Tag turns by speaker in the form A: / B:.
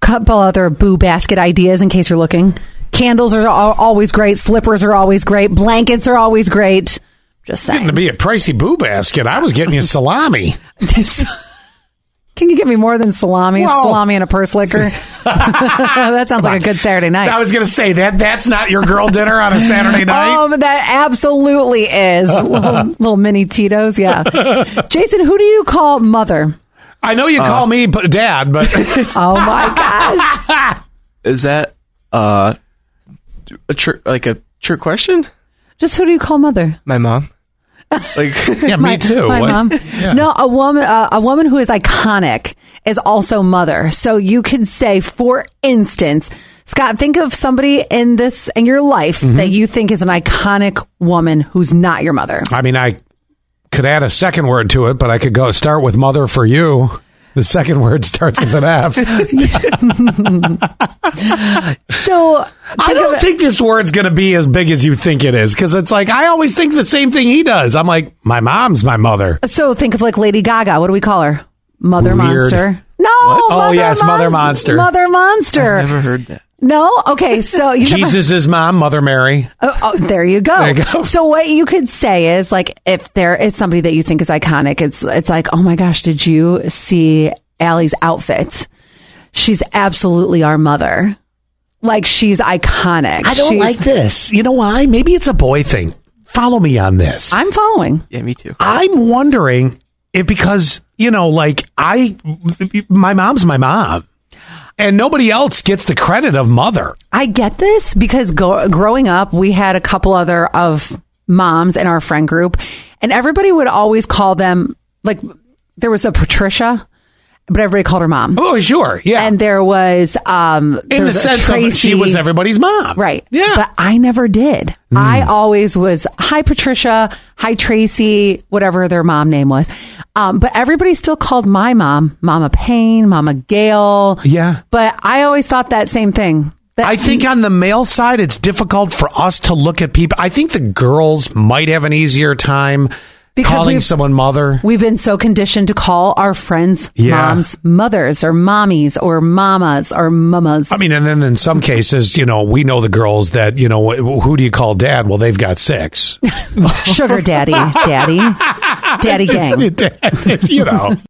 A: couple other boo basket ideas in case you're looking. Candles are al- always great. Slippers are always great. Blankets are always great. Just
B: Getting
A: saying.
B: to be a pricey boo basket. I was getting you salami.
A: Can you give me more than salami?
B: Well-
A: salami and a purse liquor. that sounds like a good Saturday night.
B: I was going to say that that's not your girl dinner on a Saturday night.
A: Oh, but that absolutely is. little, little mini Tito's, yeah. Jason, who do you call mother?
B: I know you call me but dad, but
A: Oh my gosh.
C: Is that uh, a tr- like a trick question?
A: Just who do you call mother?
C: My mom. Like
B: yeah, me too.
A: My
B: What-
A: mom. No, a woman uh, a woman who is iconic is also mother. So you could say for instance, Scott, think of somebody in this in your life
B: Mm-hmm.
A: that you think is an iconic woman who's not your mother.
B: I mean, I could add a second word to it, but I could go start with mother for you. The second word starts with an F. I
A: So
B: don't think this word's going to be as big as you think it is because it's like I always think the same thing he does. I'm like, my mom's my mother.
A: So think of like Lady Gaga. What do we call her? Mother
B: Weird.
A: Monster. No.
B: Oh,
A: Mother
B: yes, Mother Monster.
A: Mother Monster.
C: never heard that.
A: No. Okay. So you never-
B: Jesus is mom, Mother Mary.
A: Oh, oh, there you go.
B: There you go.
A: So what you could say is like if there is somebody that you think is iconic, it's it's like, oh my gosh, did you see Allie's outfit? She's absolutely our mother. Like she's iconic. She's-
B: this. You know why? Maybe it's a boy thing. Follow me on this.
A: I'm following.
C: Yeah, me too.
B: I'm wondering if because you know, like I, my mom's my mom, and nobody else gets the credit of mother.
A: I get this because go- growing up, we had a couple other of moms in our friend group, and everybody would always call them like there was a Patricia, but everybody called her mom,
B: Oh, sure, yeah.
A: and there was um there
B: in the
A: was a
B: sense of she
A: Tracy-
B: was everybody's mom,
A: right,
B: Yeah,
A: But I never did.
B: Hmm.
A: I always was hi Patricia, hi Tracy, whatever their mom name was, um, but everybody still called my mom Mama Payne, Mama Gail,
B: Yeah.
A: But I always thought that same thing. That
B: I think on the male side, it's difficult for us to look at people. I think the girls might have an easier time
A: Because
B: calling
A: we've-
B: someone mother.
A: We've been so conditioned to call our friends
B: Yeah.
A: moms, mothers, or mommies, or mamas, or mamas.
B: I mean, and then in some cases, you know, we know the girls that, you know, wh- who do you call dad? Well, they've got six.
A: Sugar daddy, daddy, daddy gang.
B: It's- you know.